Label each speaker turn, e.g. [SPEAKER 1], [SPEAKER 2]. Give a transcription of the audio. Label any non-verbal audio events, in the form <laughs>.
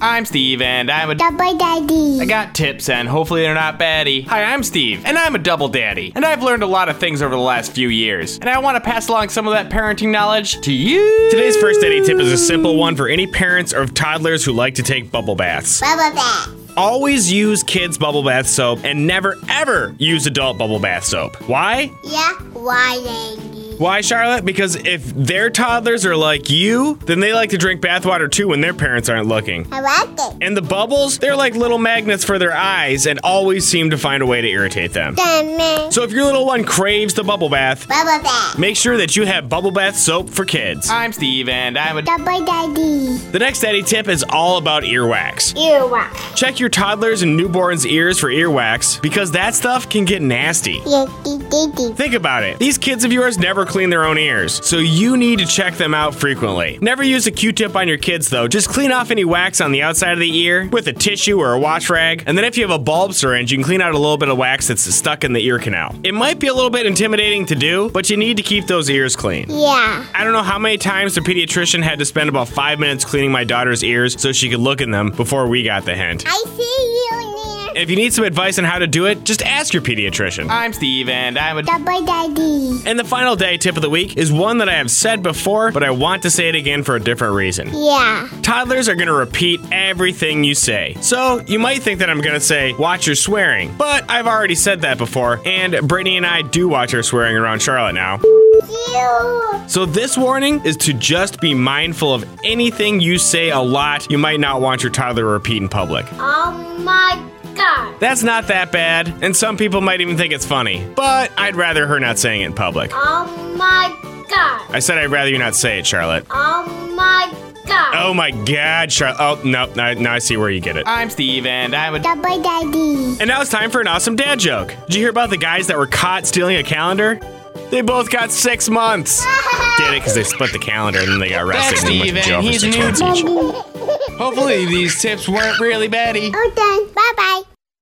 [SPEAKER 1] I'm Steve, and I'm a.
[SPEAKER 2] Double daddy.
[SPEAKER 1] I got tips, and hopefully they're not baddie. Hi, I'm Steve, and I'm a double daddy, and I've learned a lot of things over the last few years, and I want to pass along some of that parenting knowledge to you.
[SPEAKER 3] Today's first dating tip is a simple one for any parents of toddlers who like to take bubble baths.
[SPEAKER 2] Bubble bath.
[SPEAKER 3] Always use kids' bubble bath soap and never ever use adult bubble bath soap. Why?
[SPEAKER 2] Yeah, why, Andy?
[SPEAKER 3] Why, Charlotte? Because if their toddlers are like you, then they like to drink bathwater too when their parents aren't looking.
[SPEAKER 2] I like it.
[SPEAKER 3] And the bubbles, they're like little magnets for their eyes and always seem to find a way to irritate them.
[SPEAKER 2] Dummy.
[SPEAKER 3] So if your little one craves the bubble bath,
[SPEAKER 2] Bubble bath.
[SPEAKER 3] make sure that you have bubble bath soap for kids.
[SPEAKER 1] I'm Steve, and I'm a.
[SPEAKER 2] Double daddy.
[SPEAKER 3] The next daddy tip is all about earwax.
[SPEAKER 2] Earwax.
[SPEAKER 3] Check your toddlers and newborns' ears for earwax because that stuff can get nasty.
[SPEAKER 2] Yankee daddy.
[SPEAKER 3] Think about it. These kids of yours never clean their own ears, so you need to check them out frequently. Never use a Q-tip on your kids though. Just clean off any wax on the outside of the ear with a tissue or a wash rag, and then if you have a bulb syringe, you can clean out a little bit of wax that's stuck in the ear canal. It might be a little bit intimidating to do, but you need to keep those ears clean.
[SPEAKER 2] Yeah.
[SPEAKER 3] I don't know how many times the pediatrician had to spend about five minutes cleaning my daughter's ears so she could look in them before we got the hint.
[SPEAKER 2] I see you there.
[SPEAKER 3] If you need some advice on how to do it, just ask your pediatrician.
[SPEAKER 1] I'm Steve, and I'm a.
[SPEAKER 2] Double daddy.
[SPEAKER 3] And the final day tip of the week is one that I have said before, but I want to say it again for a different reason.
[SPEAKER 2] Yeah.
[SPEAKER 3] Toddlers are going to repeat everything you say. So you might think that I'm going to say, watch your swearing, but I've already said that before, and Brittany and I do watch our swearing around Charlotte now.
[SPEAKER 2] You.
[SPEAKER 3] So this warning is to just be mindful of anything you say a lot you might not want your toddler to repeat in public.
[SPEAKER 2] Oh my god.
[SPEAKER 3] That's not that bad, and some people might even think it's funny, but I'd rather her not saying it in public.
[SPEAKER 2] Oh my god.
[SPEAKER 3] I said I'd rather you not say it, Charlotte.
[SPEAKER 2] Oh my god.
[SPEAKER 3] Oh my god, Charlotte. Oh, no, now, now I see where you get it.
[SPEAKER 1] I'm Steve, and I'm a.
[SPEAKER 2] Double daddy.
[SPEAKER 3] And now it's time for an awesome dad joke. Did you hear about the guys that were caught stealing a calendar? They both got six months. Did it
[SPEAKER 2] <laughs>
[SPEAKER 3] because they split the calendar and then they got arrested
[SPEAKER 1] That's
[SPEAKER 3] and went to
[SPEAKER 1] Steven.
[SPEAKER 3] jail for
[SPEAKER 1] He's
[SPEAKER 3] six
[SPEAKER 1] new.
[SPEAKER 3] months each.
[SPEAKER 2] Daddy.
[SPEAKER 1] Hopefully these tips weren't really baddie.
[SPEAKER 2] All done. Bye bye.